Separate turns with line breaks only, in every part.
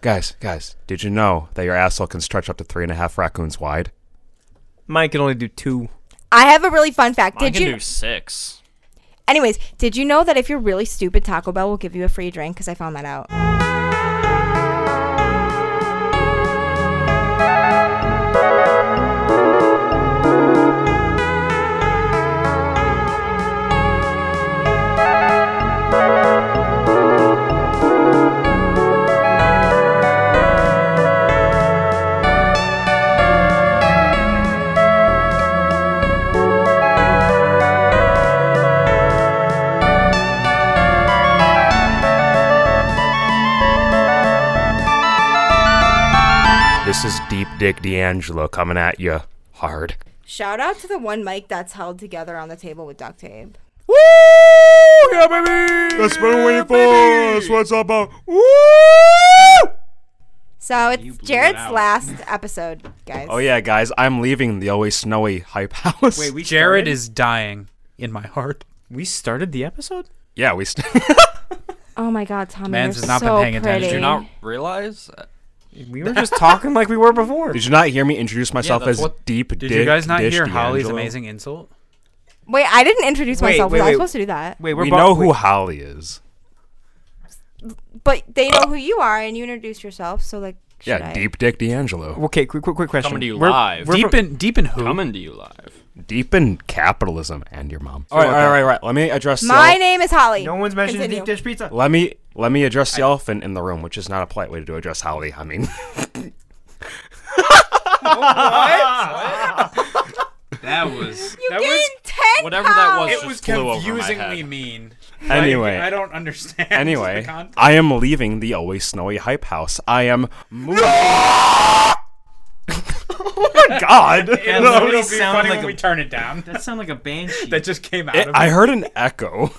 guys, guys, did you know that your asshole can stretch up to three and a half raccoons wide?
Mine can only do two.
I have a really fun fact.
I
Did
can
you?
do six.
Anyways, did you know that if you're really stupid, Taco Bell will give you a free drink? Because I found that out.
This is Deep Dick D'Angelo coming at you hard.
Shout out to the one mic that's held together on the table with duct tape.
Woo! Yeah, baby! That's what I'm waiting for. That's what's up about. Woo! Oh,
So it's
blew it
Jared's
out.
last episode, guys.
Oh, yeah, guys, I'm leaving the always snowy hype house.
Wait, we
Jared
started?
is dying in my heart.
We started the episode.
Yeah, we. St-
Oh my God, Tommy,
Mans
you're
has not been
so
paying attention.
pretty.
Did you not realize?
We were just talking like we were before.
did you not hear me introduce myself
that's
as
what-
Deep Dick?
Did you guys not
Dish
hear Holly's
D'Angelo?
amazing insult?
Wait, I didn't introduce
Wait,
myself.
wait,
was I
wait.
supposed to do that?
Wait, we're
We
bo-
know who
wait,
Holly is.
But they know who you are, and you introduced yourself. So like, should
Yeah,
I?
Deep Dick D'Angelo.
Okay, quick, quick, quick question.
Coming to you
We're-
live.
we're
deep
from-
in deep in who?
Coming to you live.
Deep in capitalism and your mom. All right, all right, all right, all right. Let me address
My
the.
name is Holly.
No one's mentioned
Continue.
deep dish pizza.
Let me let me address the elephant in the room, which is not a polite way to address Holly. I mean,
That was
You gained ten
whatever that was.
pounds.
It just flew over my head.
mean.
Anyway.
I don't understand.
anyway,
the context.
I am leaving the always snowy hype house. I am moving. oh my god!
It'll,
No.
it'll be
sounded
funny
like
when
a-
we turn it down.
That sound like a banshee.
that just came out of
I heard an echo.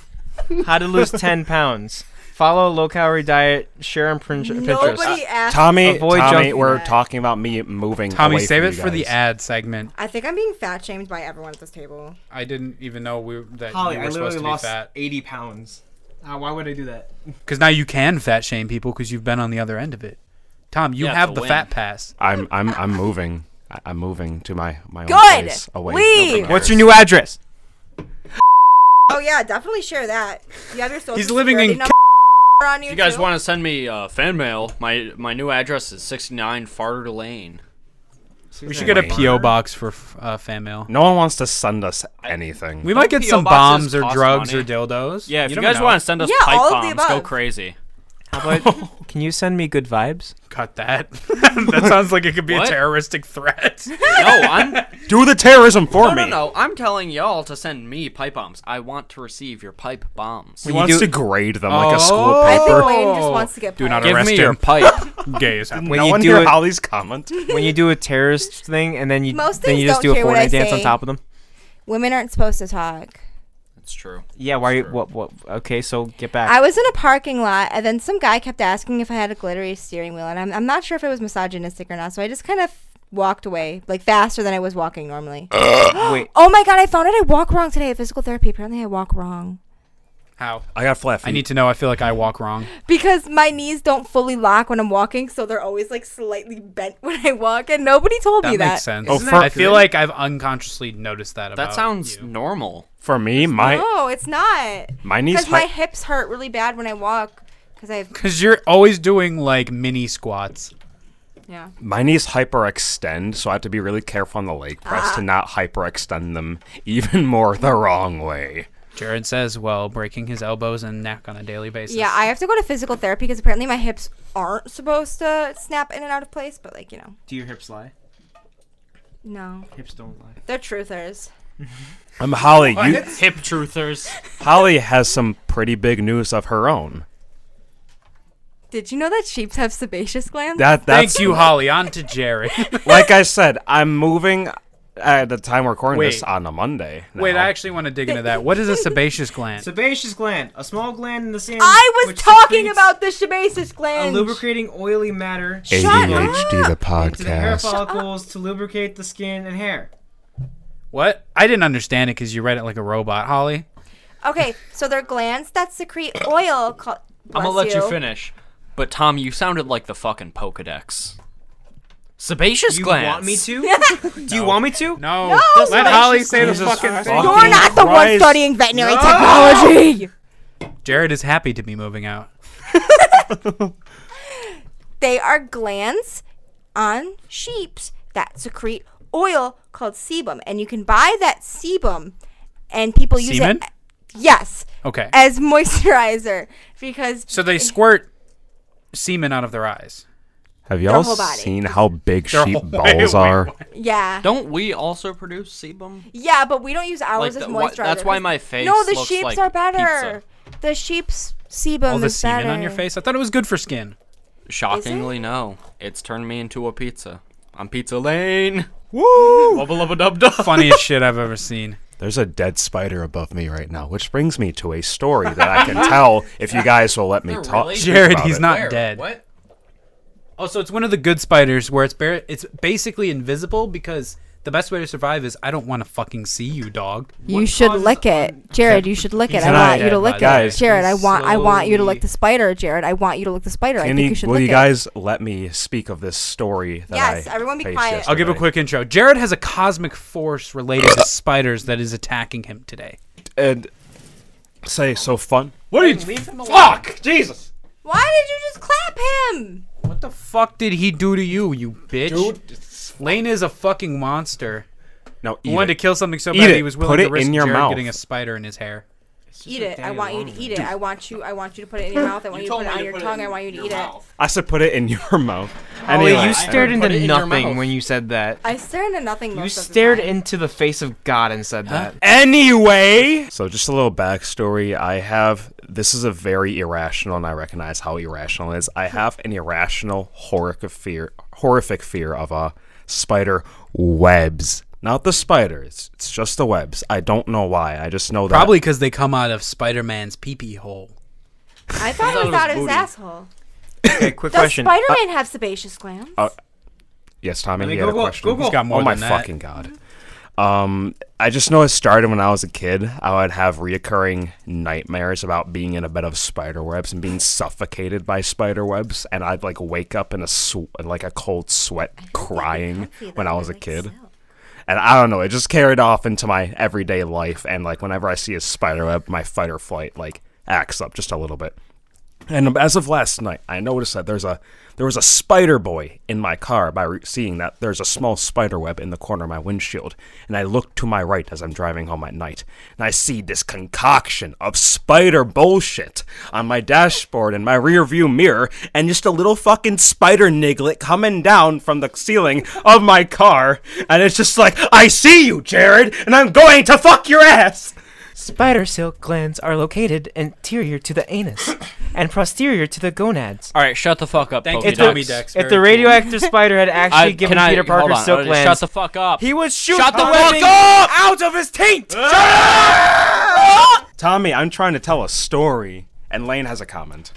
How to lose 10 pounds. Follow a low calorie diet. Share and print pictures.
Nobody asked.
Tommy,
Avoid
Tommy,
junk
we're
food.
talking about me moving.
Tommy,
away
save
from
it
you
for the
guys.
ad segment.
I think I'm being fat shamed by everyone at this table.
I didn't even know we that
Holly,
you
I
were supposed
literally
to
lost
be fat.
80 pounds. Uh, why would I do that?
Because now you can fat shame people because you've been on the other end of it. Tom, you
Yeah,
have
to
the
win.
fat pass.
I'm I'm I'm moving. I- I'm moving to my my own
Good.
place away.
Leave.
from
What's
yours.
your new address?
Oh yeah, definitely share that. You have your social
He's living
security
in
number on you.
If you guys
too?
want to send me uh, fan mail, my my new address is 69 Farter Lane.
We should get a
Wayne.
PO box for f- uh, fan mail.
No one wants to send us anything.
We might
Don't
get
PO
some
boxes
bombs or
cost
drugs
money.
or dildos.
Yeah, if you,
don't
guys
know.
want to send us
Yeah,
pipe
all of the
bombs, go
above.
crazy.
How about, can you send me good vibes?
cut that. that sounds like it could be a
What?
terroristic threat.
No, I'm
Do the terrorism for
no,
me.
no, no. I'm telling y'all to send me pipe bombs. I want to receive your pipe bombs.
He
You
wants
do-
to grade them like a
Oh.
school
I
paper.
think Wayne just wants to get.
Do not
paid.
Give
arrest
me
him.
your pipe.
Gay is happening.
When
no
you
one
do
hear
it-
Holly's comment.
when you do a terrorist thing and then you,
Most
then you
things
just do
don't
a
care what I
Fortnite dance on
say.
top of them?
Women aren't supposed to talk.
That's true.
Yeah, why?
Sure.
What? What? Okay, so get back.
I was in a parking lot, and then some guy kept asking if I had a glittery steering wheel, and I'm, I'm not sure if it was misogynistic or not. So I just kind of walked away, like faster than I was walking normally.
Wait.
oh my god, I found out I walk wrong today at physical therapy. Apparently, I walk wrong
How?
I got flat feet.
I need to know. I feel like I walk wrong.
because my knees don't fully lock when I'm walking, so they're always like slightly bent when I walk, and nobody told
That
me
makes
that.
sense.
Isn't that
I feel
good?
like I've unconsciously noticed Oh, that. About
That sounds
you.
normal.
for me, my
No, it's not.
my knees.
Because my
hi-
hips hurt really bad when I walk. Because I've
Cause you're always doing like mini squats.
yeah.
my knees hyperextend, so I have to be really careful on the leg press to not hyperextend them even more the wrong way.
Jared says, well, breaking his elbows and neck on a daily basis.
Yeah, I have to go to physical therapy because apparently my hips aren't supposed to snap in and out of place. But like you know,
do your hips lie?
no,
Hips don't lie.
they're truthers.
Um, Holly, you,
Hip truthers.
Holly has some pretty big news of her own.
Did you know that sheep have sebaceous glands?
That that's
Thank you, Holly. On to Jared.
like I said, I'm moving at the time we're recording this
Wait.
on a Monday.
Wait,
now.
I actually want to dig into that. What is a sebaceous gland?
Sebaceous gland, a small gland in the skin.
I was
which
talking
secretes
about the sebaceous glands.
a lubricating oily matter
Shut
ADHD the
to the hair
podcast.
follicles to lubricate the skin and hair.
What? I didn't understand it because you read it like a robot, Holly.
Okay, so they're glands that secrete oil. Called,
I'm gonna let you finish. But Tom, you sounded like the fucking Pokedex. Sebaceous
You
glands.
want me to? Do you want me to?
No.
Let
Let
no.
Holly say the
Jesus
fucking
Christ.
thing.
You're Oh, not the one
Christ.
studying veterinary technology.
Jared is happy to be moving out.
They are glands on sheeps that secrete oil called sebum, and you can buy that sebum, and people use
Semen?
it. Yes,
Okay.
as moisturizer because
So they squirt semen out of their eyes.
Have y'all
whole body.
seen how big
Their
sheep
whole-
balls
wait, wait,
are?
yeah,
Don't we also produce sebum?
yeah, but we don't use ours
Like
as
the- why-
moisturizer.
that's why
'cause-
my face
No, the
looks
sheeps
like
are better. The sheep's sebum
All the
is
semen
better.
on your face. I thought it was good for skin.
Shockingly, no. It's turned me into a pizza. I'm Pizza Lane.
Woo!
Wubba lubba dub dub.
Funniest shit I've ever seen.
There's a dead spider above me right now, which brings me to a story that I can tell if you guys will let me
They're
talk.
related?
speak
Jared,
about
he's
it.
not dead.
What?
Oh, so it's one of the good spiders where it's bare, it's basically invisible because the best way to survive is I don't want to fucking see you, dog.
You should lick it, Jared. You should lick it. I
not
want you
dead,
to
by
lick
the way.
it, Jared. I want I want you to
Slowly.
lick the spider, Jared. I want you to lick the spider. I
Can
think
you-
you should
will
lick
you
it.
guys let me speak of this story? That
Yes,
I
everyone be
faced
quiet.
Yesterday?
I'll give a quick intro. Jared has a cosmic force related to spiders that is attacking him today.
and say so fun.
What are you? Fuck! Jesus!
Why did you just clap him?
What the fuck did he do to you, you bitch? Lane is a fucking monster.
No,
He wanted to kill something so
Eat
bad
it.
he was willing
Put
to
it
risk
in your
Jared
mouth.
getting a spider in his hair.
Eat it. I want you to eat it. I want you. I want you to put it in your mouth. I want you, to put it on your tongue. I want you to eat it.
I said put it in your mouth.
Oh,
Holly,
Anyway,
Oh, you stared
I
into
put it in your
nothing
mouth.
when you said that.
I stared into nothing.
You
most of the
stared
time.
into the face of God and said that.
Anyway, so just a little backstory. I have this is a very irrational, and I recognize how irrational it is. I have an irrational, horrific fear, horrific fear of uh, spider webs. Not the spiders. It's just the webs. I don't know why. I just know that
Probably because they come out of Spider Man's pee-pee hole.
I thought it was out of his asshole.
Okay, quick
Does
question.
Spider-Man have sebaceous glands?
uh, Yes, Tommy.
me
you had a
Google it.
question.
Google.
He's got more
oh my
than that.
fucking god. Um, I just know it started when I was a kid. I would have reoccurring nightmares about being in a bed of spider webs and being suffocated by spider webs, and I'd like wake up in a sw- like a cold sweat, crying when I was a kid. And I don't know, it just carried off into my everyday life. And like whenever I see a spider web, my fight or flight like acts up just a little bit. And as of last night, I noticed that there's a there was a spider boy in my car by re- seeing that there's a small spider web in the corner of my windshield. And I look to my right as I'm driving home at night, and I see this concoction of spider bullshit on my dashboard and my rear view mirror, and just a little fucking spider niglet coming down from the ceiling of my car. And it's just like, I see you, Jared, and I'm going to fuck your ass.
Spider silk glands are located anterior to the anus and posterior to the gonads.
All right, shut the fuck up.
Thank
Thank
you,
If the-
Tommy Dex.
If
Very
the
cool.
radioactive spider had actually
I,
given
can I,
Peter Parker
hold on,
silk
uh,
glands,
Shut the fuck up.
he would shoot
Shut the fuck
something
up!
out of his taint.
Ah!
Tommy, I'm trying to tell a story, and Lane has a comment.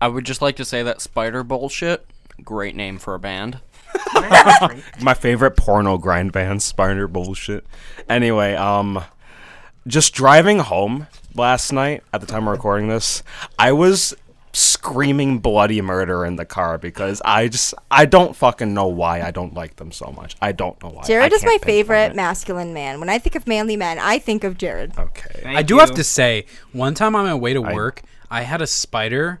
I would just like to say that Spider Bullshit, great name for a band.
my favorite porno grind band, Spider Bullshit. Anyway, um, just driving home last night at the time of recording this, I was screaming bloody murder in the car because I just I don't fucking know why I don't like them so much. I don't know why.
Jared
I
is
can't
my
pinpoint
favorite
it.
masculine man. When I think of manly men, I think of Jared.
Okay.
I do have to say, one time on my way to work, I, had a spider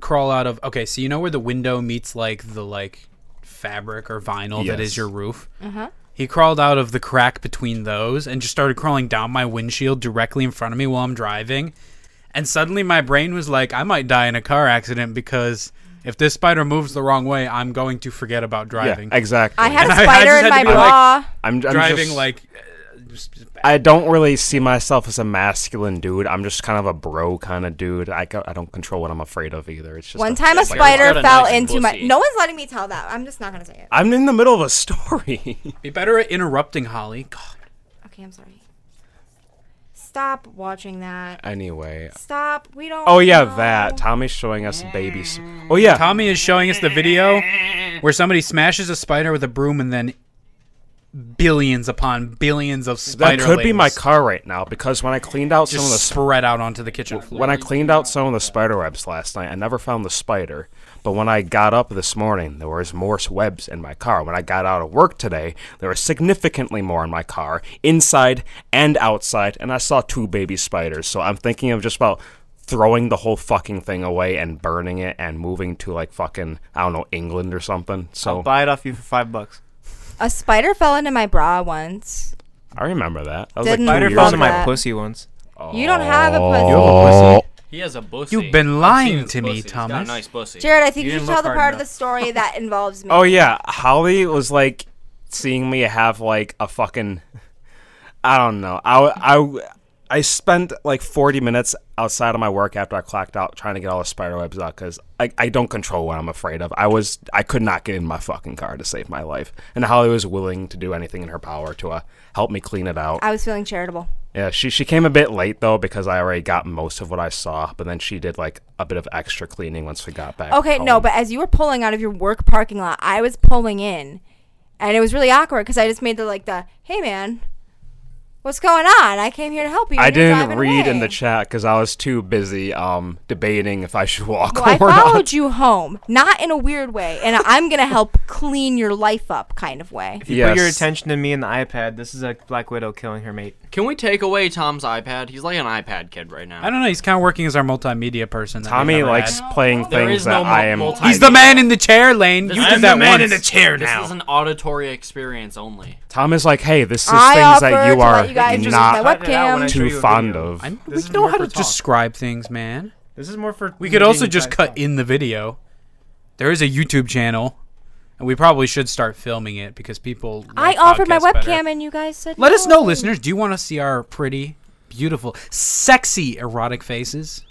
crawl out of. Okay, so you know where the window meets like the like fabric or vinyl that
Yes.
is your roof.
Uh-huh.
He crawled out of the crack between those and just started crawling down my windshield directly in front of me while I'm driving. And suddenly my brain was like, I might die in a car accident because if this spider moves the wrong way, I'm going to forget about
Yeah,
driving.
exactly.
I had
And
a
I- I
spider
just
in
had to
my
be like-
bra.
I'm, I'm
driving
just-
like
I don't really see myself as a masculine dude. I'm just kind of a bro kind of dude. I, co- I don't control what I'm afraid of either. It's just
One
a-
time a
like-
spider
got a
fell
nice
into my.
pussy.
No one's letting me tell that. I'm just not gonna say it.
I'm in the middle of a story.
be better at interrupting Holly. God.
Okay, I'm sorry. Stop watching that.
anyway,
Stop. We don't.
Oh yeah,
know.
that Tommy's showing us baby. s- Oh yeah,
Tommy is showing us the video where somebody smashes a spider with a broom and then billions upon billions of
That
spider
could be my
layers
car right now because when I cleaned out some of
just
the
spread out onto the kitchen floor.
when I cleaned out some of the spider webs last night, I never found the spider. But when I got up this morning, there was more webs in my car. When I got out of work today, there was significantly more in my car, inside and outside, and I saw two baby spiders. So I'm thinking of just about throwing the whole fucking thing away and burning it and moving to like fucking I don't know England or something. So
buy it off you for five bucks.
A spider fell into my bra once.
I remember that. That was
Didn't
like two
Spider
you
years
fell
love
into
ago.
my
that?
pussy once.
You don't have
Oh.
a pussy.
He has a pussy.
You've been
I've seen
lying
his
to me,
pussy. He's got a
Thomas.
nice pussy.
Jared, I think
You
you, should
didn't
tell
look
the
hard
part of the
enough.
story that involves me.
Oh yeah, Holly was like seeing me have like a fucking I don't know. I I I spent like 40 minutes outside of my work after I clocked out trying to get all the spider webs out cuz I, I don't control what I'm afraid of. I was I could not get in my fucking car to save my life. And Holly was willing to do anything in her power to uh, help me clean it out.
I was feeling charitable.
Yeah, she she came a bit late though because I already got most of what I saw, but then she did like a bit of extra cleaning once we got back.
Okay, no,
home.
but as you were pulling out of your work parking lot, I was pulling in, and it was really awkward because I just made the like the hey man, what's going on? I came here to help you.
I
and you're
didn't
driving
read in
away."
the chat because I was too busy um, debating if I should walk
Well, I
or
followed
not.
you home, not in a weird way, and I'm gonna help clean your life up kind of way.
If you put your
Yes.
attention to me and the iPad, this is a Black Widow killing her mate.
Can we take away Tom's iPad? He's like an iPad kid right now.
I don't know. He's kind of working as our multimedia person. that we
Tommy
never
likes
had.
playing
There
things
is no
that I am.
multi-
He's the man in the chair, Lane. You
I'm
did
the
that
man
once.
in the
chair
This is an auditory experience only.
Tom is like, hey, this is
I
things that
offered
you
to
are
let you guys use my
not
it out when I
webcam.
show
too
you a
fond
video.
of.
I know, we
This is
know
more
how
for
to
talk.
describe things, man.
This is more for.
We could also
meeting
just
guys.
cut in the video. There is a YouTube channel, and we probably should start filming it because people.
I
like
offered my
podcasts
webcam,
better.
and you guys said
Let us
no.
know, listeners. Do you want to see our pretty, beautiful, sexy, erotic faces?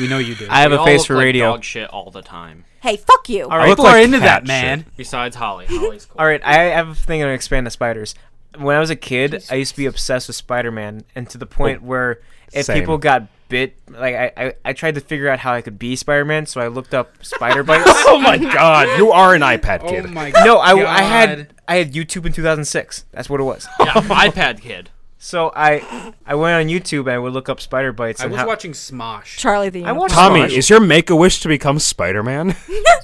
We know you do.
I have
We
a
all
face
look
for
like
radio.
dog shit all the time.
Hey, fuck you.
All right,
look
people are
like
into that,
cat
man.
Besides Holly, Holly's cool.
all right. I have a thing to expand to spiders. When I was a kid, I used to be obsessed with Spider-Man, and to the point where if
Oh, same.
people got bit, like I, I, I tried to figure out how I could be Spider-Man, so I looked up spider bites.
Oh my god, you are an iPad
Oh
kid.
no, I, I had I had YouTube in 2006. That's what it was.
Yeah, iPad kid.
So I I went on YouTube and I would look up spider bites.
I
and
was
how-
watching Smosh.
Charlie the
I watched
Tommy,
Smosh,
is your make a wish to become Spider Man?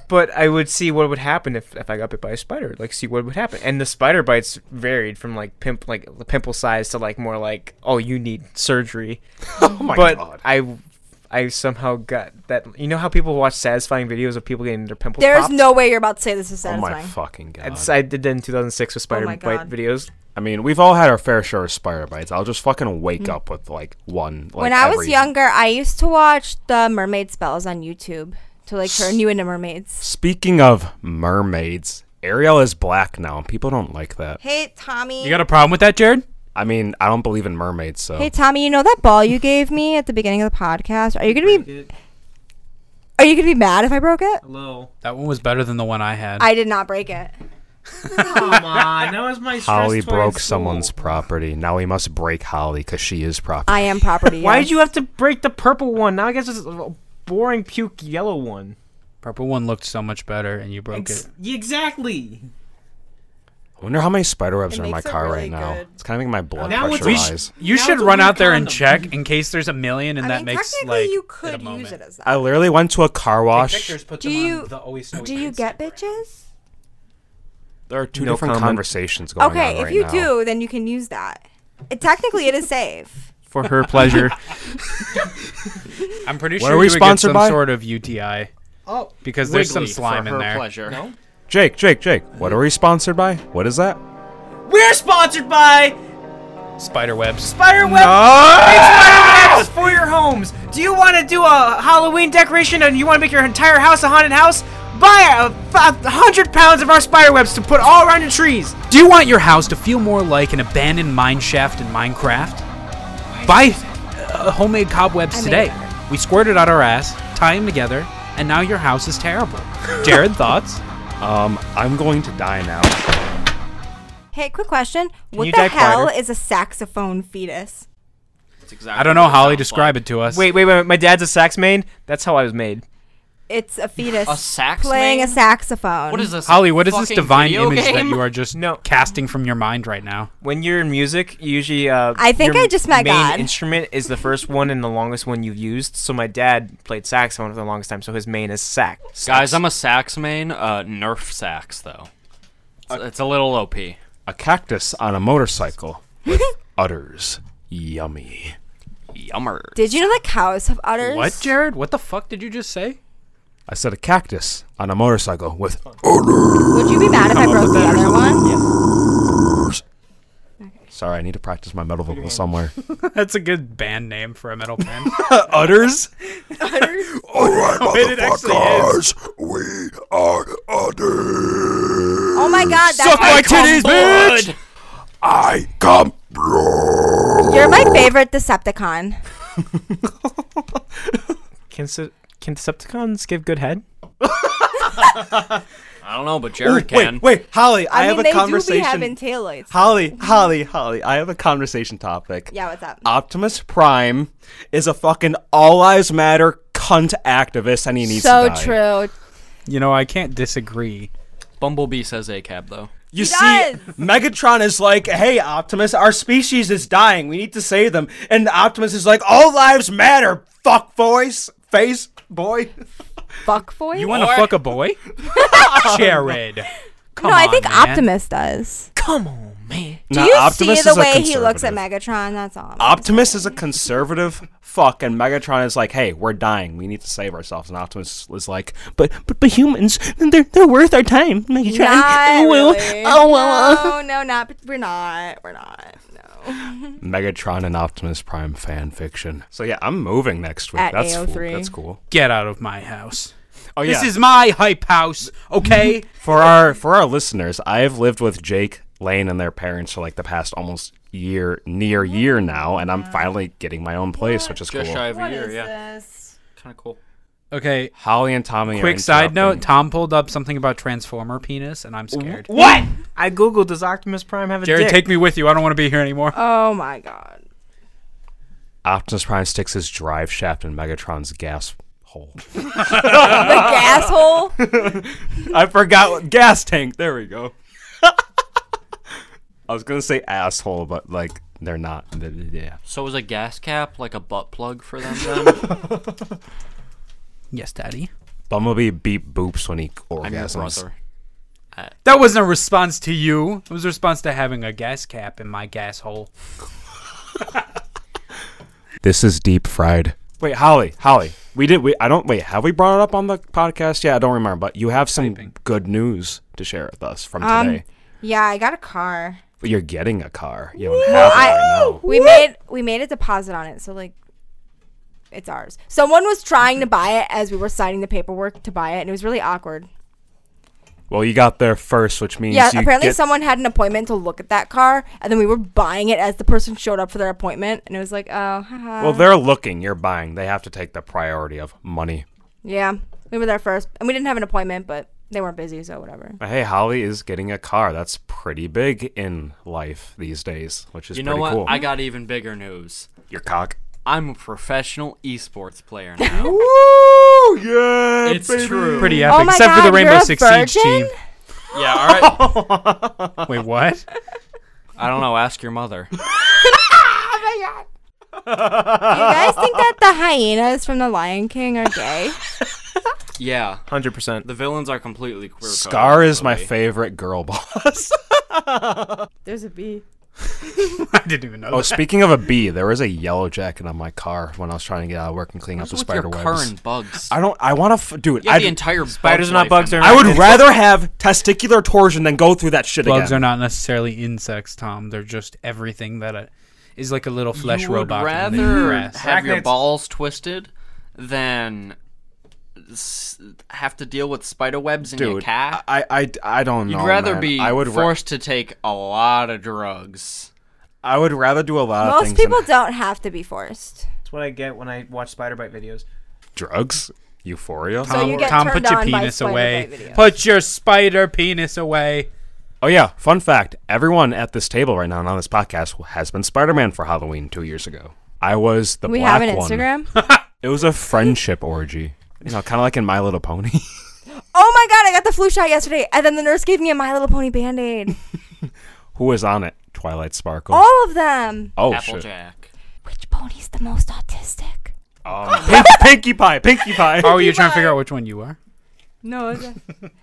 but I would see what would happen if, if I got bit by a spider. Like see what would happen. And the spider bites varied from like pimp like pimple size to like more like oh you need surgery.
oh my
but
god.
I I somehow got that. You know how people watch satisfying videos of people getting their pimples.
There's
popped?
no way you're about to say this is
Oh my
satisfying.
fucking god.
It's- I did that in 2006 with spider
Oh my
bite
God.
videos.
I mean, we've all had our fair share of spider bites. I'll just fucking wake up with like one. Like,
Mm. when I was
every-
younger, I used to watch the mermaid spells on YouTube to like turn you into mermaids.
Speaking of mermaids, Ariel is black now, and people don't like that.
Hey Tommy.
You got a problem with that, Jared?
I mean, I don't believe in mermaids, so
hey Tommy, you know that ball you gave me at the beginning of the podcast? Are you gonna be Are you gonna be mad if I broke it?
Hello.
That one was better than the one I had.
I did not break it.
Come on, that was my.
Holly broke someone's property. Now we must break Holly because she is property.
I am property.
Why
yes.
did you have to break the purple one? Now I guess it's a boring puke yellow one.
Purple one looked so much better, and you broke it.
Exactly.
I wonder how many spider webs
It
are in my
makes it
car
really
right now.
good.
It's kind of making my blood
Now it's-
pressure
we
rise.
You
Now
should
it's a
run
weird
out there and
condom.
check in case there's a million, and
I
that
mean,
makes
technically
like
you
at
could
a
use
moment.
it as that.
I literally went to a car wash.
Do you do you get bitches?
There are two
No
different
comment.
conversations going
Okay,
on right
if you
now.
do, then you can use that. It, technically, it is safe.
For her pleasure.
I'm pretty
What
sure
are we
we you would get
sponsored
some
by?
sort of UTI
Oh,
because there's some
Wiggly
slime
for
in
her
there.
Pleasure.
Jake, Jake, Jake, what are we sponsored by? What is that?
We're sponsored by
Spider webs.
Spiderweb. Spiderwebs for your homes. Do you want to do a Halloween decoration and you want to make your entire house a haunted house? Buy a, a hundred pounds of our spiderwebs to put all around your trees.
Do you want your house to feel more like an abandoned mine shaft in Minecraft? Buy uh, homemade
I
cobwebs
made
today.
it better.
We squirted out our ass, tie them together, and now your house is terrible. Jared, thoughts?
Um, I'm going to die now.
Hey, quick question: What
you
the
type
hell
lighter?
is a saxophone fetus?
That's exactly
I don't know, Holly. Describe it to us.
Wait, wait, wait. My dad's a sax main. That's how I was made.
It's a fetus
A sax
playing
man?
a saxophone.
What is this?
Holly, what is this
fucking
divine
video
image that
game?
you are just
No.
casting from your mind right now?
When you're in music, you usually uh,
I think
your
I just met
main
God.
instrument is the first one and the longest one you've used. So my dad played saxophone for the longest time, so his main is sax.
Guys, I'm a sax main. Uh, Nerf sax though.
Uh,
It's, it's a little OP.
A cactus on a motorcycle with udders. Yummy.
Yummer.
Did you know that cows have udders?
What, Jared? What the fuck did you just say?
I said a cactus on a motorcycle with
Would you be mad if I broke the other one?
Sorry, I need to practice my metal vocal somewhere.
That's a good band name for a metal band.
udders?
it actually is.
we are udders.
Oh my god, that's
my
why
titties, bitch! I come
you're my favorite Decepticon.
Can, se- can Decepticons give good head?
I don't know, but Jared
wait,
can.
wait, Holly, I,
I,
have
mean,
a
they do be
conversation.
having taillights.
Holly, Holly, Holly, I have a conversation topic.
Yeah, what's up?
Optimus Prime is a fucking all lives matter cunt activist, and he needs to
so
die.
true.
you know, I can't disagree.
Bumblebee says A cab though.
You see,
does.
Megatron is like, "Hey, Optimus, our species is dying. We need to save them." And Optimus is like, "All lives matter." Fuck voice, face, boy.
Fuck boy.
You want to fuck a boy? Jared.
no,
Come
I
on,
think
man.
Optimus does. Do
Nah,
you
Optimus
see
is
the
a
way he looks at
conservative.
Megatron? That's all.
Optimus is a conservative fuck, and Megatron is like, "Hey, we're dying. We need to save ourselves." And Optimus is like, "But, but, but humans, they're they're worth our time." Megatron,
Not
Oh, well,
really.
oh, well, uh."
no, no, not. We're not. We're not. No.
Megatron and Optimus Prime fan fiction. So yeah, I'm moving next week.
At
That's cool.
AO3.
That's cool.
Get out of my house.
Oh yeah.
This is my hype house, okay?
for our for our listeners, I have lived with Jake Lane and their parents for like the past almost year near year now, and I'm finally getting my own place, which is
Just
cool.
shy of a
What
year,
is
yeah.
this?
Kind of cool.
okay,
Holly and Tommy. are
quick side note
interrupting.
Tom pulled up something about Transformer penis, and I'm scared.
What? I googled does Optimus Prime have a
Jared,
dick?
take me with you. I don't want to be here anymore.
Oh my god.
Optimus Prime sticks his drive shaft in Megatron's gas hole.
The gas hole.
I forgot what gas tank. There we go. I was gonna say asshole, but like they're not. Th- th- Yeah.
So is a gas cap like a butt plug for them then?
Yes, Daddy.
Bumblebee beep boops when he
I'm your
orgasms.
brother.
That wasn't a response to you. It was a response to having a gas cap in my gas hole.
This is deep fried. Wait, Holly, Holly, we did. We I don't wait. Have we brought it up on the podcast? Yeah, I don't remember. But you have some good news to share with us from
Um,
today.
Yeah, I got a car.
You're getting a car. You don't have it right now.
We made we made a deposit on it, so like it's ours. Someone was trying to buy it as we were signing the paperwork to buy it, and it was really awkward.
Well, you got there first, which means
Yeah,
you
apparently
get-
someone had an appointment to look at that car, and then we were buying it as the person showed up for their appointment, and it was like, oh, haha.
Well, they're looking. You're buying. They have to take the priority of money.
yeah, we were there first, and we didn't have an appointment, but they weren't busy, so whatever.
But hey, Holly is getting a car. That's pretty big in life these days, which is
You know
pretty
what?
cool.
I got even bigger news.
Your cock.
I'm a professional esports player now.
Woo! Yeah,
it's true.
Pretty epic,
Oh my
except for the
God,
Rainbow
you're a
Six Siege team.
virgin?
Yeah, all right.
Wait, what?
I don't know. Ask your mother.
Do you guys think that the hyenas from The Lion King are gay?
Yeah,
100%.
the villains are completely queer.
Scar is my favorite girl boss.
There's a bee.
I didn't even know.
oh,
that.
speaking of a bee, there was a yellow jacket on my car when I was trying to get out of work and clean up the
What's with
spider
your car
webs.
and bugs?
I don't. I want to, f- dude.
You have
I
the entire spiders
are not bugs, they're
I would rather have testicular torsion than go through that shit
Bugs
again.
are not necessarily insects, Tom. They're just everything that uh, is like a little flesh
you
robot.
Would
in the
rather
grass.
have your balls twisted than s- have to deal with spider webs in your
dude.
cat.
I, I, I don't
You'd
know.
rather
man.
be
I would. ra-
forced to take a lot of drugs.
I would rather do a lot of
Most
things.
people
than
don't have to be forced.
That's what I get when I watch spider bite videos.
drugs. Euphoria.
So you get
Tom,
turned
put your
on by
penis
spider
away.
bite videos.
Put your spider penis away.
Oh yeah, fun fact: everyone at this table right now and on this podcast has been Spider-Man for Halloween two years ago. I was the
We
black
have an
one.
Instagram.
It was a friendship orgy. You know, kind of like in My Little Pony.
Oh my god, I got the flu shot yesterday, and then the nurse gave me a My Little Pony band aid.
Who was on it? Twilight Sparkle.
All of them.
Oh, shit.
Applejack.
Which pony's the most autistic?
Oh, Pink, Pinkie Pie, Pinkie Pie.
Oh, you're trying to figure out which one you are.
No. it's a-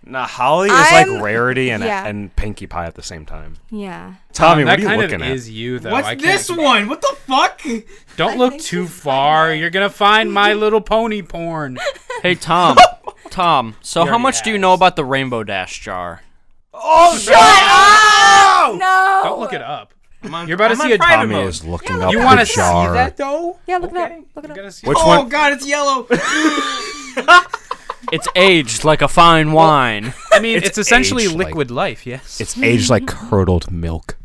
Now Holly is
I'm-
like Rarity and
yeah.
and Pinkie Pie at the same time.
yeah.
Tommy,
that
what are you
kind
looking
of
at?
is you though. I
What's
can't-
this one? What the fuck?
Don't look too far. You're gonna find My Little Pony porn.
Hey Tom. Tom, so how
already
much do you
has.
know about the Rainbow Dash jar?
No.
Oh, Don't look it up. You're about to
I'm on
see a
private
Tommy
mode.
is looking
Yeah,
up
You
the
wanna see
jar.
That though?
Yeah, look it
Okay.
up. Look it up.
Gotta see-
Which
Oh
one?
god, it's yellow.
It's aged like a fine wine.
I mean, it's,
It's
essentially
aged, like-
liquid life. Yes.
It's aged like curdled milk.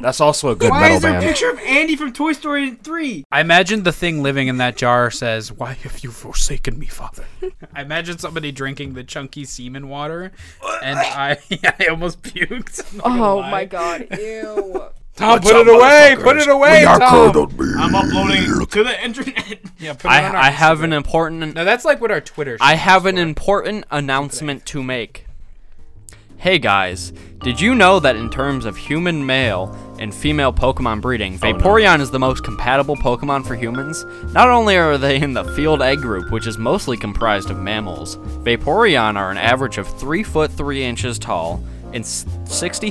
That's also a good
Why
metal
is there a
band.
picture of Andy from Toy Story 3?
I imagine the thing living in that jar says, "Why have you forsaken me, Father?" I imagine somebody drinking the chunky semen water, and I, I almost puked. I'm not gonna
Oh
lie.
my god. Ew.
Tom, put it away! Put it away, Tom!
I'm uploading to the internet.
Yeah, put it on our
I, I have
Instagram.
an important
Now that's like what our Twitter.
I have an important announcement to make. Hey guys, did you know that in terms of human male and female Pokemon breeding, Vaporeon is the most compatible Pokemon for humans? Not only are they in the field egg group, which is mostly comprised of mammals, Vaporeon are an average of 3 foot 3 inches tall and s-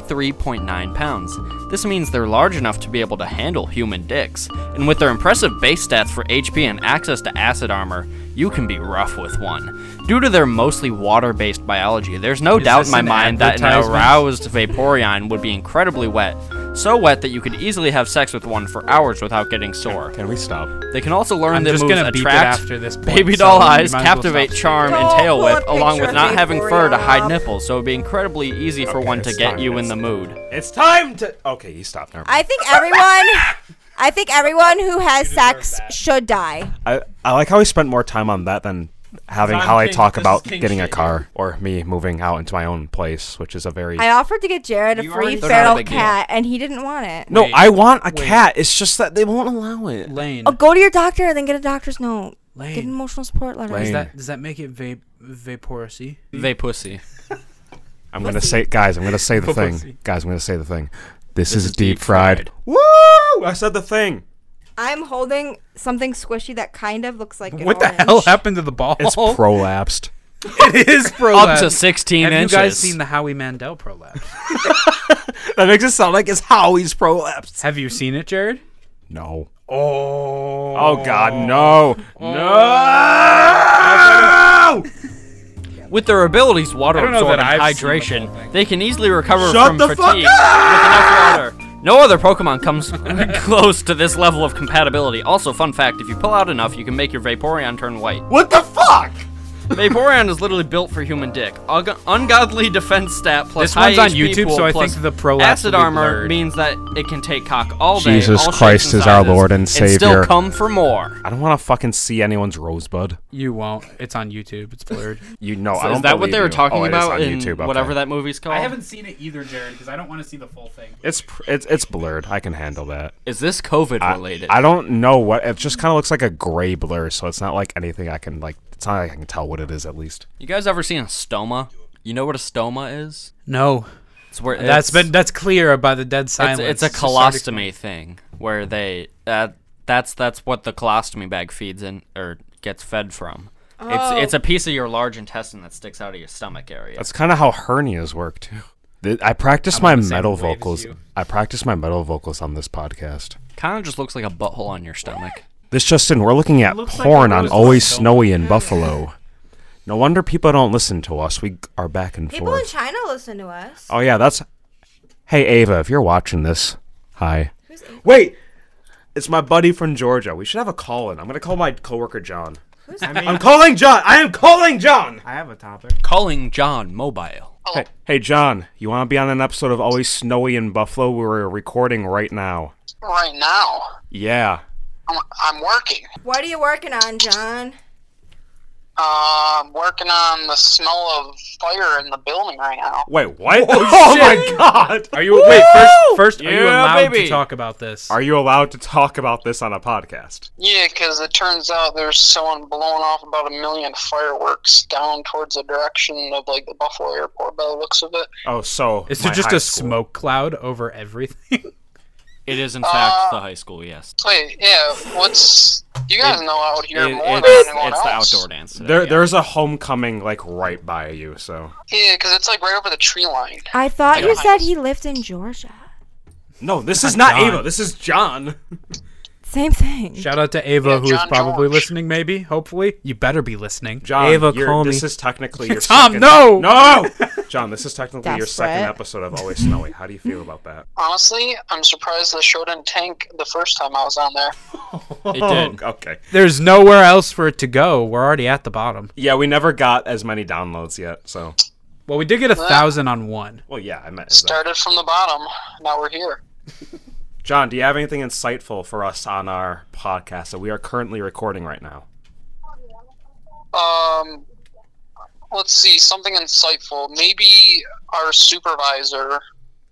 63.9 pounds. This means they're large enough to be able to handle human dicks, and with their impressive base stats for HP and access to acid armor, you can be rough with one. Due to their mostly water based biology, there's no
Is
doubt
this
in my
an
mind that an
advertisement?
aroused Vaporeon would be incredibly wet. So wet that you could easily have sex with one for hours without getting sore.
Can we stop?
They can also learn
I'm
that
just
moves
gonna beep it
attract,
after this point,
baby
so
doll
you
eyes,
might as well
captivate,
stop.
charm,
Don't
and tail
pull a
whip, along
picture
with
of
not having fur to hide
Vaporeon.
nipples, so it'd be incredibly easy for
Okay,
one to
it's
get
time,
you in
it's
the mood.
It's time to. Okay, you stop now.
I think everyone. I think everyone who has sex should die.
I, I like how we spent more time on that than having
I'm
Holly
king.
talk
This
about
is king
getting a
shit.
car or me moving out into my own place, which is a very.
I offered to get Jared a free
already-
They're not a
feral
big deal.
cat, and he didn't want it.
no,
Wait,
I want a cat. It's just that they won't allow it.
Lane.
Oh, go to your doctor and then get a doctor's note. Get an
Lane.
emotional support letter.
Does
Lane.
that does that make it vape vaporosy?
They pussy.
I'm gonna say, guys, I'm gonna say the
Pussy.
thing. Guys, I'm gonna say the thing. This, is, deep fried. Woo! I said the thing.
I'm holding something squishy that kind of looks like. An
What the
orange.
hell happened to the ball?
It's prolapsed.
it is
Up
prolapse.
to 16
Have
inches.
you guys seen the Howie Mandel prolapse?
That makes it sound like it's Howie's prolapsed.
Have you seen it, Jared?
No. Oh. Oh God, no, no.
With their abilities, water
I don't know
absorbing
that I've seen the whole
hydration, they can easily recover
Shut
from
the fuck
fatigue with enough water. No other Pokemon comes close to this level of compatibility. Also, fun fact: if you pull out enough, you can make your Vaporeon turn white.
What the fuck?
Vaporeon is literally built for human dick. Ug- ungodly defense stat plus
This
high
one's on
HP
YouTube,
pool
so I
plus
think the prolapse
acid
will be
armor
blurred.
means that it can take cock all day.
Jesus
all shapes
Christ
and
is our
sizes,
Lord and
still
Savior.
come for more.
I don't want to fucking see anyone's rosebud.
You won't. It's on YouTube. It's blurred.
You know, I
is
don't
that what they
believe
were
you.
talking
Oh, it is
about
on
in
YouTube? okay.
whatever that movie's called?
seen it either, Jared, because I don't want to see the full thing.
It's pr- it's it's blurred. I can handle that.
Is this COVID
I-
related?
I, don't know what. It just kind of looks like a gray blur, so it's not like anything I can like. It's not like I can tell what it is at least.
You guys ever seen a stoma? You know what a stoma is?
No,
It's where
that's
it's-
been that's clear by the dead
it's,
silence.
it's a
Just start to-
colostomy thing where they that that's that's what the colostomy bag feeds in or gets fed from.
Oh.
It's it's a piece of your large intestine that sticks out of your stomach area.
That's kind of how hernias work too. Th- I practice my metal vocals. I practice my metal vocals on this podcast.
kind of just looks like a butthole on your stomach.
This Justin, we're looking at porn on Always Snowy in Buffalo. No wonder people don't listen to us. We are back and
People in
forth.
China listen to us.
oh yeah, that's. Hey Ava, if you're watching this, hi. Wait, it's my buddy from Georgia. We should have a call in. I'm gonna call my coworker John. I'm calling John. I am calling John.
I have a topic.
Calling John mobile.
Hey, hey John, you want to be on an episode of Always Snowy in Buffalo? We're recording right now.
right now.
Yeah.
I'm, I'm working.
What are you working on, John?
Um, working on the smell of fire in the building right now.
Wait, what? oh my god!
Are you wait first? First, are you
Yeah,
allowed
baby.
to talk about this?
Are you allowed to talk about this on a podcast?
Yeah, because it turns out there's someone blowing off about a million fireworks down towards the direction of like the Buffalo airport by the looks of it.
Oh, so
Is there
my
just
high
a
school.
smoke cloud over everything?
It is in
Uh,
fact the high school. Yes,
Wait, yeah, what's you guys know out here
It-
more
it's,
than anyone
it's
else?
the outdoor dance. today,
There,
yeah.
there's a homecoming like right by you. So
Yeah, because it's like right over the tree line.
I thought you
Yeah.
said he lived in Georgia.
no, this is not
John.
Ava. This is John.
Same thing.
Shout out to Ava,
Yeah,
who is
John
probably
George.
listening. Maybe, hopefully, you better be listening.
John,
Ava,
you're-
call
This
me.
is technically your
Tom,
second-
no!
no, John. This is technically your second
Desperate.
episode of Always Snowy. How do you feel about that?
Honestly, I'm surprised the show didn't tank the first time I was on there.
It did.
Oh, Okay.
There's nowhere else for it to go. We're already at the bottom.
Yeah, we never got as many downloads yet. So,
Well, we did get a thousand on one.
well, yeah, I meant.
Started from the bottom, now we're here.
uh, John, do you have anything insightful for us on our podcast that we are currently recording right now?
Um, let's see, something insightful. Maybe our supervisor,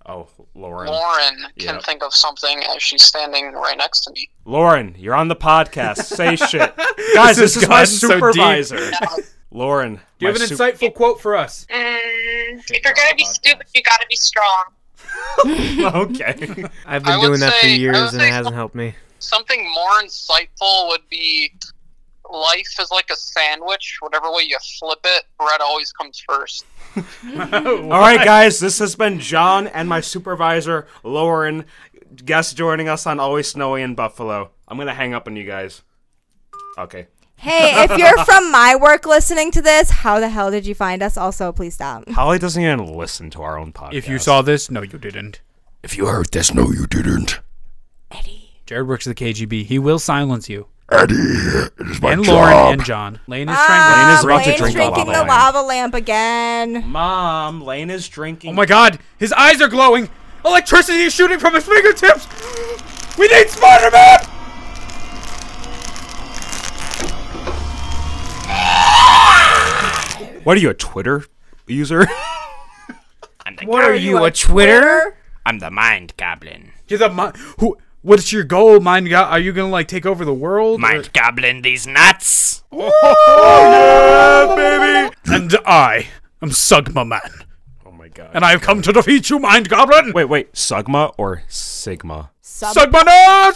Oh, Lauren.
Lauren, can
Yep.
think of something as she's standing right next to me.
Lauren, you're on the podcast. Say shit. Guys, this, is, my
gotten so deep.
supervisor. Lauren,
Do you have an insightful quote for us?
if you're gonna be stupid, you gotta be strong.
insightful? Okay.
I've
I
been
would
doing that for
say- I would
years and
say
it hasn't
some-
helped me.
Something more insightful would be life is like a sandwich. Whatever way you flip it, bread always comes first.
All right, guys, this has been John and my supervisor, Lauren, guest joining us on Always Snowy in Buffalo. I'm going to hang up on you guys. Okay.
Hey, if you're from my work listening to this, how the hell did you find us? Also, please stop.
Holly doesn't even listen to our own podcast.
If you saw this, no, you didn't.
If you heard this, no, you didn't.
Jared works at the KGB. He will silence you.
Eddie, it is my
And
job.
Lauren and John. Lane is trying
Ah, Lane is about to
Lane's
drink a
drinking
lava
the
lamp.
lava lamp again.
Mom, Lane is drinking.
Oh my god, his eyes are glowing! Electricity is shooting from his fingertips! We need Spider Man!
What are you, a Twitter user?
What are you, a Twitter?
I'm the mind goblin.
You're the mi- who? What's your goal, mind god? Are you gonna like take over the world?
Mind goblin these nuts.
And I am Sugma Man,
oh my god.
and I have come to defeat you, mind goblin.
Wait, wait, Sugma or Sigma?
Sugma Nerd!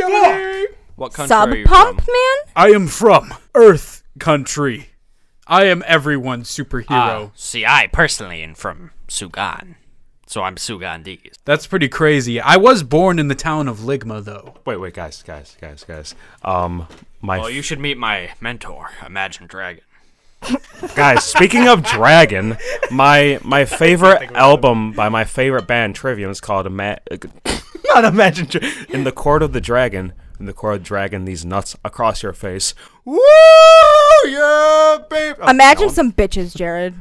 Woo! Yay!
What country
Sub
are you
pump
from?
man.
I am from Earth Country. I am everyone's superhero.
Ah, see, I personally am from Sugan, so I'm Sugandese.
That's pretty crazy. I was born in the town of Ligma, though.
Wait, wait, guys, guys, guys, guys. Um, my
Well, you should meet my mentor, Imagine Dragon.
guys. Speaking of Dragon, my my favorite album by my favorite band Trivium is called Ima- not Imagine Dra- in the Court of the Dragon. In the Court of the Dragon, these nuts across your face. Woo! Yeah, babe. Oh,
Imagine some bitches, Jared.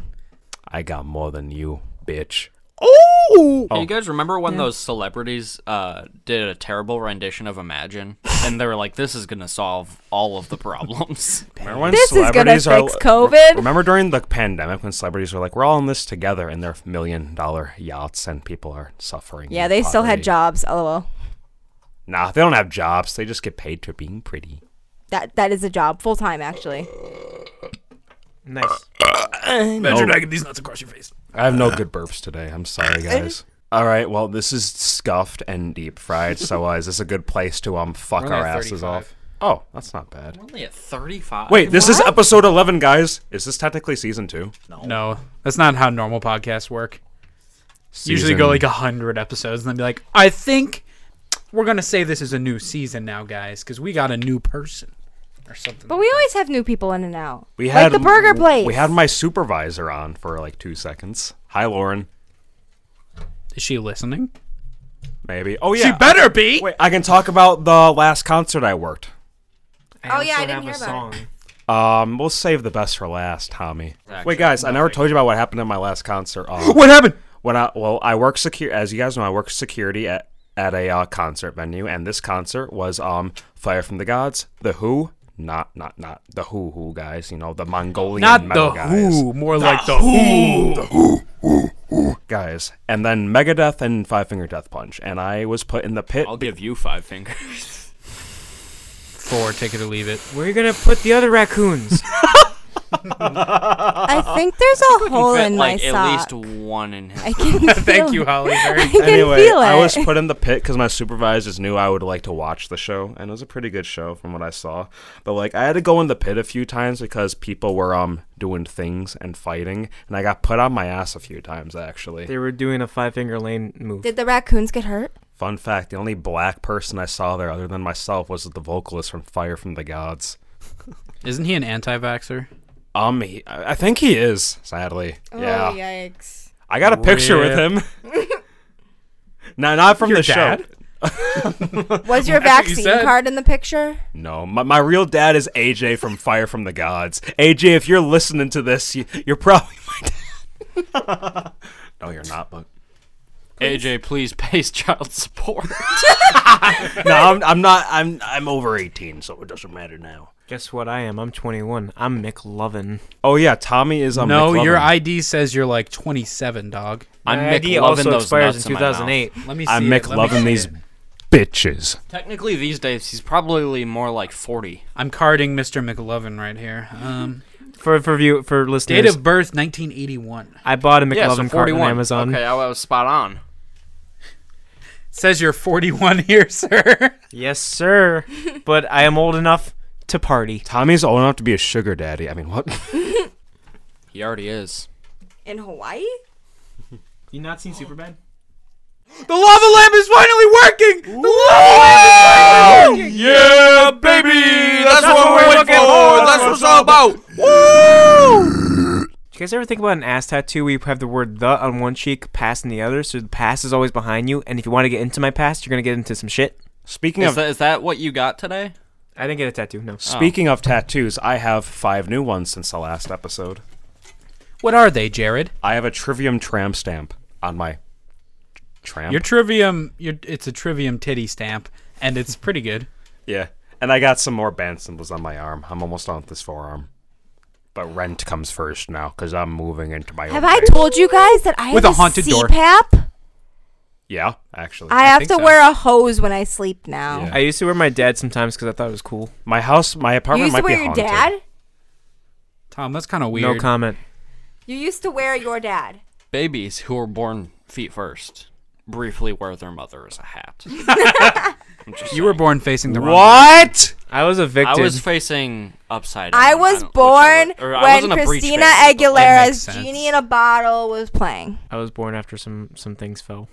I got more than you, bitch.
And you guys remember when those celebrities uh, did a terrible rendition of Imagine, and they were like, "This is gonna solve all of the problems."
Remember when
This is gonna
celebrities are-
fix COVID.
Remember during the pandemic when celebrities were like, "We're all in this together," and their million dollar yachts, and people are suffering.
Yeah,
in
they still had
poverty.
jobs. LOL.
Nah, they don't have jobs. They just get paid for being pretty.
That that is a job, full time actually.
Nice.
Imagine Dragon, these nuts across your face.
I have no good burps today. I'm sorry, guys. All right, well, this is scuffed and deep fried, so uh, is this a good place to um fuck
only
our
at
asses
35.
off? Oh, that's not bad.
Only at thirty-five.
Wait, this is episode 11, guys. Is this technically season two?
No, that's not how normal podcasts work. Usually go like a hundred episodes and then be like, I think we're gonna say this is a new season now, guys, because we got a new person or something.
But we always have new people in and out.
we
like the burger place.
We had my supervisor on for like two seconds. Hi, Lauren.
Is she listening? Uh,
Maybe. Oh yeah.
She better be.
Wait, I can talk about the last concert I worked.
Oh, yeah, I
also
didn't hear
have a
about
song.
Um, we'll save the best for last, Tommy. Wait, guys, I never told you about what happened at my last concert. Um,
What happened?
when I well, I work secure as you guys know, I work security at at a uh, concert venue, and this concert was um Fire from the Gods, The Who, not not not the who who guys, you know, the Mongolian
Not
metal
the
guys.
who, more like the who.
guys. And then Megadeth and Five Finger Death Punch. And I was put in the pit.
I'll give you five fingers.
Four, take it or leave it.
Where are you gonna put the other raccoons?
I think there's a hole
Fit,
in my
like at
sock.
least one in his.
I can feel
Thank you, Holly.
I
Very
can
anyway,
feel it.
I was put in the pit because my supervisors knew I would like to watch the show, and it was a pretty good show from what I saw. But like, I had to go in the pit a few times because people were um doing things and fighting, and I got put on my ass a few times actually.
they were doing a five finger lane move.
Did the raccoons get hurt?
Fun fact: the only black person I saw there, other than myself, was the vocalist from Fire from the Gods.
Isn't he an anti-vaxer?
Um, he, I I think he is sadly.
Oh,
yeah,
yikes.
I got a picture with him. no, not from
Your
the
dad?
show.
Was your
That's what you
vaccine
said.
card in the picture?
No, my, my real dad is AJ from Fire from the Gods. AJ, if you're listening to this, you, you're probably my dad. no, you're not, but.
AJ, please pays child support.
No, I'm, I'm not. I'm I'm over 18, so it doesn't matter now.
Guess what I am? I'm 21. I'm McLovin.
Oh, yeah, Tommy is on
no, your ID says you're like 27, dog.
I'm
My ID
McLovin
also
those
expires in
nuts my mouth.
2008.
Let me see.
I'm
it. Let me see
McLovin these
it.
bitches.
Technically, these days he's probably more like 40.
I'm carding Mr. McLovin right here. Um,
For for view for
date
listeners,
of birth 1981.
I bought a McLovin
yeah, so
card
41.
on Amazon.
Okay, I was spot on.
Says you're 41 here, sir.
Yes, sir. but I am old enough to party.
Tommy's old enough to be a sugar daddy. I mean, what?
He already is.
In Hawaii?
You not seen Superbad?
The lava lamp is finally working. The lava lamp is finally working.
yeah, baby! That's, what we're looking for! That's what it's all about!
Do you guys ever think about an ass tattoo where you have the word the on one cheek, past in the other, so the past is always behind you, and if you want to get into my past, you're gonna get into some shit?
Speaking
Is
of
that, is that what you got today?
I didn't get a tattoo, no.
speaking of tattoos, I have five new ones since the last episode.
What are they, Jared?
I have a Trivium tram stamp on my tram.
Your trivium. Your, it's a trivium titty stamp, and it's pretty good.
yeah, and I got some more band symbols on my arm. I'm almost done with this forearm, but rent comes first now because I'm moving into my.
Have
own
I
place.
told you guys that I
With
have
a haunted door.
CPAP?
Yeah, actually,
I have
think
to
so.
wear a hose when I sleep now.
Yeah.
I used to wear my dad sometimes because I thought it was cool.
my house, my
You
apartment
used to
might
wear
be
your
haunted.
dad?
Tom, that's kind of weird.
No comment.
You used to wear your dad.
Babies who are born feet first briefly wear their mother as a hat.
you were born facing the wrong.
What?
I was
I
evicted.
was facing upside down.
I was
don't-
born
whichever- or I was
when
in a breech
Christina
phase, but-
Aguilera's
sense.
Genie in a Bottle was playing.
I was born after some some things fell.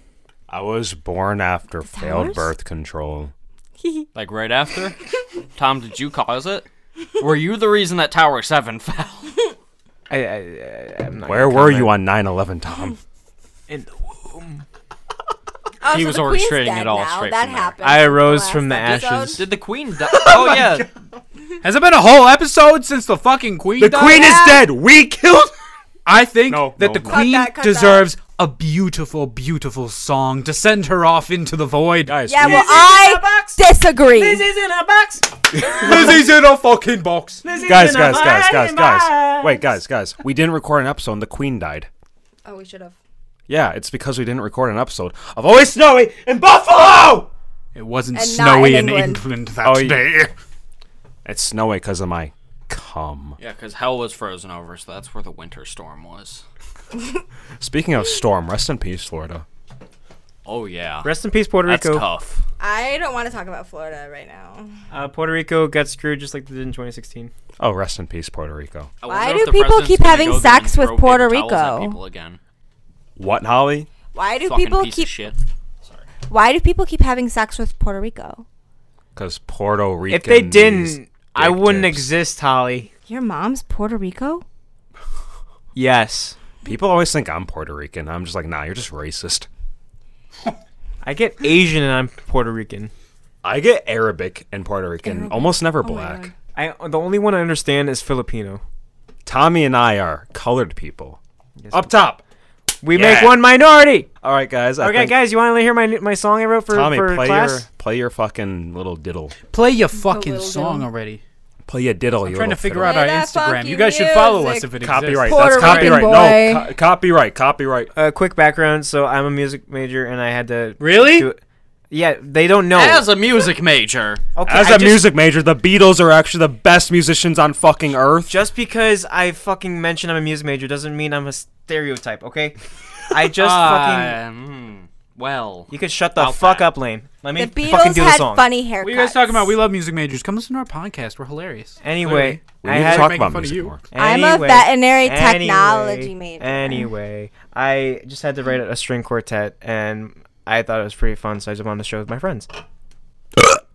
I was born after failed
Towers?
birth control.
Like right after? Tom, did you cause it? Were you the reason that Tower 7 fell?
I, I, I I'm not
Where were you on 9/11, Tom?
In the womb.
Oh,
He was
the
orchestrating
Queen's
it
dead
all
now.
straight
That
from there.
happened.
I
in the
arose
last
from the
episode.
ashes.
Did the queen die? Oh, yeah.
Has it been a whole episode since the fucking queen?
The
died?
queen is dead. We killed.
I think
No,
that
no,
the
no.
Cut
queen
that, cut
deserves a beautiful, beautiful song to send her off into the void.
Guys,
Yeah,
we-
well, I disagree.
in a box.
Lizzie's in a fucking box.
guys, guys, guys, guys, guys. Wait, guys, guys. We didn't record an episode, and the queen died.
Oh, we should have.
Yeah, it's because we didn't record an episode of Always Snowy in Buffalo!
It wasn't
And not
snowy
in
in
England.
England, that
Oh, yeah.
day.
It's snowy because of my cum.
Yeah, because hell was frozen over, so that's where the winter storm was.
Speaking of storm, rest in peace, Florida.
Oh, yeah.
Rest in peace, Puerto
That's
Rico.
tough.
I don't want to talk about Florida right now.
Uh, Puerto Rico got screwed just like they did in 2016.
Oh, rest in peace, Puerto Rico.
I
Why
wonder
do
if the
people
president's
keep
gonna
having
go there
sex
and
with
throw
Puerto
paper towels at
Rico?
people again.
What, Holly?
Why do
Fucking
people
piece
keep
of shit.
Why do people keep havking sex with Puerto Rico?
Because Puerto Rican.
If they didn't, I
dick
wouldn't
tips.
exist, Holly.
Your mom's Puerto Rico?
Yes.
People always think I'm Puerto Rican. I'm just like, nah, you're just racist.
I get Asian and I'm Puerto Rican.
I get Arabic and Puerto Rican,
Arabic.
almost never
my
black.
God.
I the only one I understand is Filipino.
Tommy and I are colored people. Up top.
We make
Yeah.
one minority.
All right, guys. I
Okay,
think-
guys, you want to hear my my song I wrote for
Tommy,
for
play
class?
your play your fucking little diddle.
Play your fucking
little
song
girl.
already.
Play a diddle.
I'm
you
trying to
little
figure
fiddle.
out our
Play that
Instagram.
funky
You guys should follow us
music.
if it
Copyright.
exists.
That's
Puerto Rican
copyright. No,
boy.
co- copyright. Copyright.
A quick background. So I'm a music major, and I had to. do
Really?
it. Yeah, they don't know.
As a music major,
okay,
As
I
a
just-
music major, the Beatles are actually the best musicians on fucking earth.
Just because I fucking mentioned I'm a music major doesn't mean I'm a stereotype. Okay. I just
Ah.
fucking.
Uh, mm, well,
You could shut the
about
fuck
that.
up, Lane. Let me
The Beatles
fucking do the
had
song.
funny haircuts.
What are you guys talking about? We love music majors. Come listen to our podcast. We're hilarious.
Anyway,
we
I
need
had
to talk
making
about
fun of
music
you.
more.
I'm
Anyway,
a veterinary
anyway,
technology major.
Anyway, I just had to write a string quartet, and I thought it was pretty fun, so I just wanted to share it with my friends.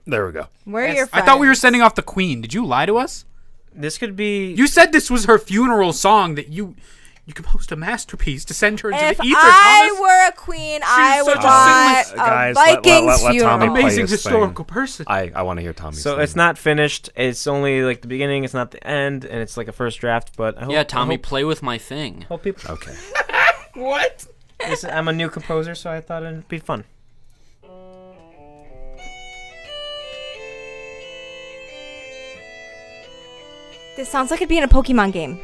There we go.
Where are your
I
friends?
thought we were sending off the Queen. Did you lie to us?
This could be
You said this was her funeral song that you you composed a masterpiece to send her into
If
the ether.
I
Thomas.
were a queen, I would
such a
want
sinless-
a
Guys, let- let- let-
Viking's
let Tommy
funeral.
play.
amazing
his
historical person.
I, I want to hear Tommy's.
so
thing.
it's not finished. It's only like the beginning. It's not the end, and it's like a first draft. But I hope,
yeah, Tommy,
I hope,
play with my thing.
hope people.
Okay.
Listen, I'm a new composer, so I thought it'd be fun.
This sounds like it'd be in a Pokemon game.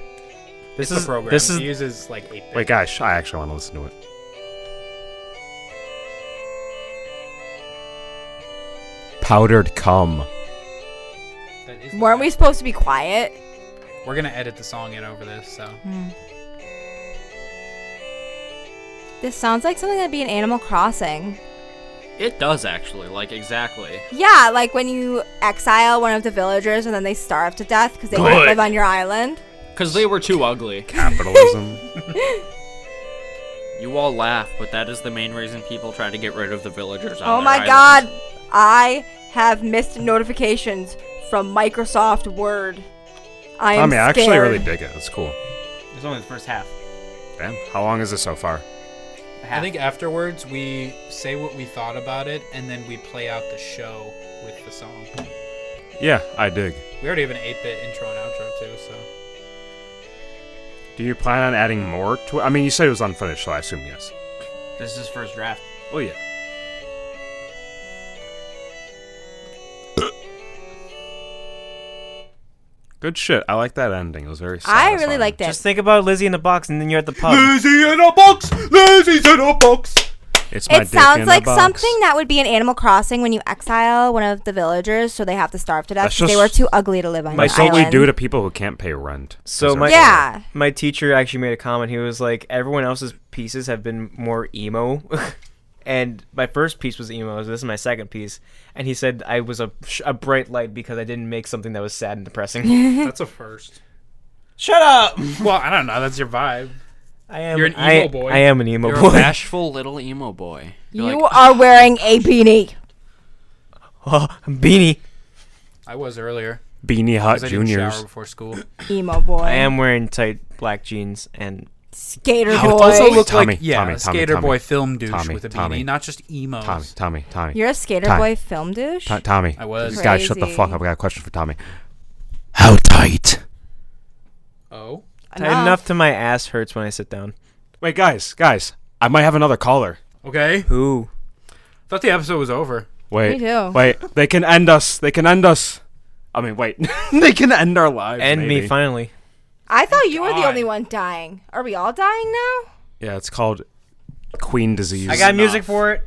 This
The
is
program.
this is
he uses like eight. bit
Wait, gosh, I actually want to listen to it. Powdered cum.
That is the
Weren't we
best.
supposed to be quiet?
We're gonna edit the song in over this. So
Mm-hmm. This sounds like something that'd be in Animal Crossing.
It does actually, like exactly.
Yeah, like when you exile one of the villagers and then they starve to death because they won't
Good.
live on your island.
Cause they were too ugly.
Capitalism.
You all laugh, but that is the main reason people try to get rid of the villagers. On
Oh
their
my
island.
god, I have missed notifications from Microsoft Word. I am
Tommy, I actually
scared.
really dig it. It's cool.
it's only the first half.
Damn. How long is this so far?
I think afterwards we say what we thought about it, and then we play out the show with the song.
Yeah, I dig.
We already have an eight bit intro and outro too. So
Do you plan on adding more to it? I mean, you said it was unfinished, so I assume yes.
This is first draft.
Oh, yeah. Good shit. I like that ending. It was very
I
satisfying.
really liked it.
Just think about Lizzie in the box, and then you're at the pub.
Lizzie in a box, Lizzie's in a box.
It's my
It
dick in
sounds
a
like
box.
something that would be in Animal Crossing when you exile one of the villagers, so they have to starve to death
That's
because they
just-
were too ugly to live on. your
Like
That's what we
island.
do to people who can't pay rent.
So
'Cause
my
they're poor.
Yeah.
my teacher actually made a comment. He was like, everyone else's pieces have been more emo. And my first piece was emo. So this is my second piece, and he said I was a, sh- a bright light because I didn't make something that was sad and depressing.
That's a first.
Shut up!
Well, I don't know. That's your vibe.
I am.
You're an
I-
emo boy.
I am an emo
You're a
boy.
bashful little emo boy. You're
You
like,
are wearing a beanie.
Oh, beanie.
I was earlier.
Beanie Hut
'cause I didn't shower
Uh, Juniors.
before school.
Emo boy.
I am wearing tight black jeans and
Skater
You
boy.
also look
Tommy,
like yeah,
Tommy,
a
Tommy,
skater
Tommy.
boy film douche
Tommy,
with a beanie,
Tommy.
not just emos.
Tommy, Tommy, Tommy.
You're a skater
Time.
boy film douche?
To- Tommy.
I was.
Guys, shut the
Crazy.
fuck up. I got a question for Tommy. How tight?
Oh,
tight enough to my ass hurts when I sit down.
Wait, guys, guys. I might have another caller.
okay.
Who?
Thought the episode was over.
Wait.
Me too.
Wait. They can end us. They can end us. I mean, wait. they can end our lives.
And me
maybe.
finally.
I thought you were the
God.
only one dying. Are we all dying now?
Yeah, it's called Queen Disease.
I got music for it.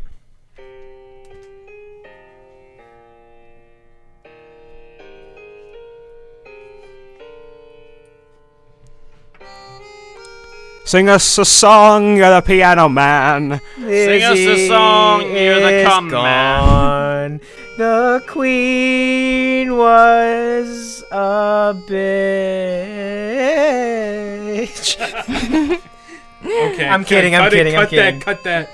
Sing us a song, you're the piano man.
Sing
us a song, you're the cum
gone. The queen was a bitch.
Okay,
I'm
okay,
kidding, I'm
cut it,
kidding, I'm
Cut
kidding.
that. Cut that.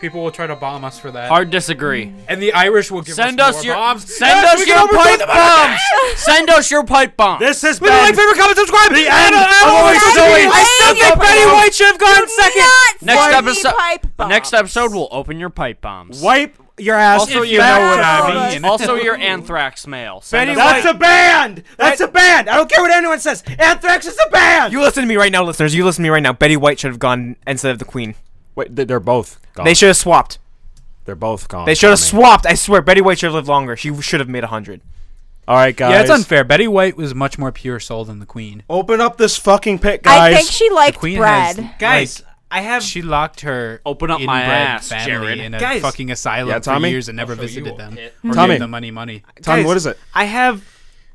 People will try to bomb us for that.
hard disagree.
And the Irish will give
Send
us,
us
more
your
bombs.
Send
Yes, we
us
can
your
overcome
pipe
them!
bombs. send us your pipe bombs.
This has
We don't like
been
favorite comment subscribe.
the end of
Otherwise,
Always
it's
Joey.
always- I still think Betty White should have gone second.
Not
Next
send me
episode.
pipe bombs.
Next episode, we'll open your pipe bombs.
Wipe your ass.
Also,
with
you
that
know what
one.
I
Alright.
mean. Also, your anthrax mail. Send
Betty
us-
White-
That's a band. That's a band. I don't care what anyone says. Anthrax is a band.
You listen to me right now, listeners. You listen to me right now. Betty White should have gone instead of the queen.
Wait, they- they're both gone.
They should have swapped.
They're both gone.
They should have
Tommy.
swapped. I swear, Betty White should have lived longer. She should have made a hundred.
All right, guys. Oh.
Yeah, it's unfair. Betty White was much more pure soul than the Queen.
Open up this fucking pit,
I
guys.
think she liked
Queen
bread.
has-
Guys, I have.
She locked her
Oh,
Open up my
inbred
ass,
family
Jared.
in a
Guys.
fucking asylum
Yeah,
for
Tommy?
years and never visited them. Or gave
Tommy.
them money, money.
Tell me
guys,
what is it?
I have.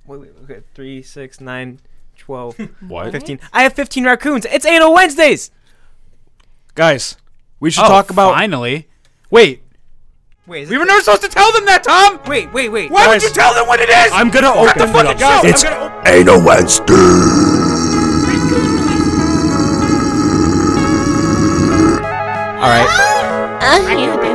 Wait, wait, okay, 3, six, nine, 12,
What?
15. I have 15 raccoons. It's Anal Wednesdays.
Guys, we should
Oh,
talk about.
finally. Wait,
Wait, is
we were never supposed to tell them that, Tom.
Wait, wait, wait.
Why
Guys,
would you tell them what it is?
I'm gonna open it up. Guys,
It's Anal Wednesday. All right.
I hear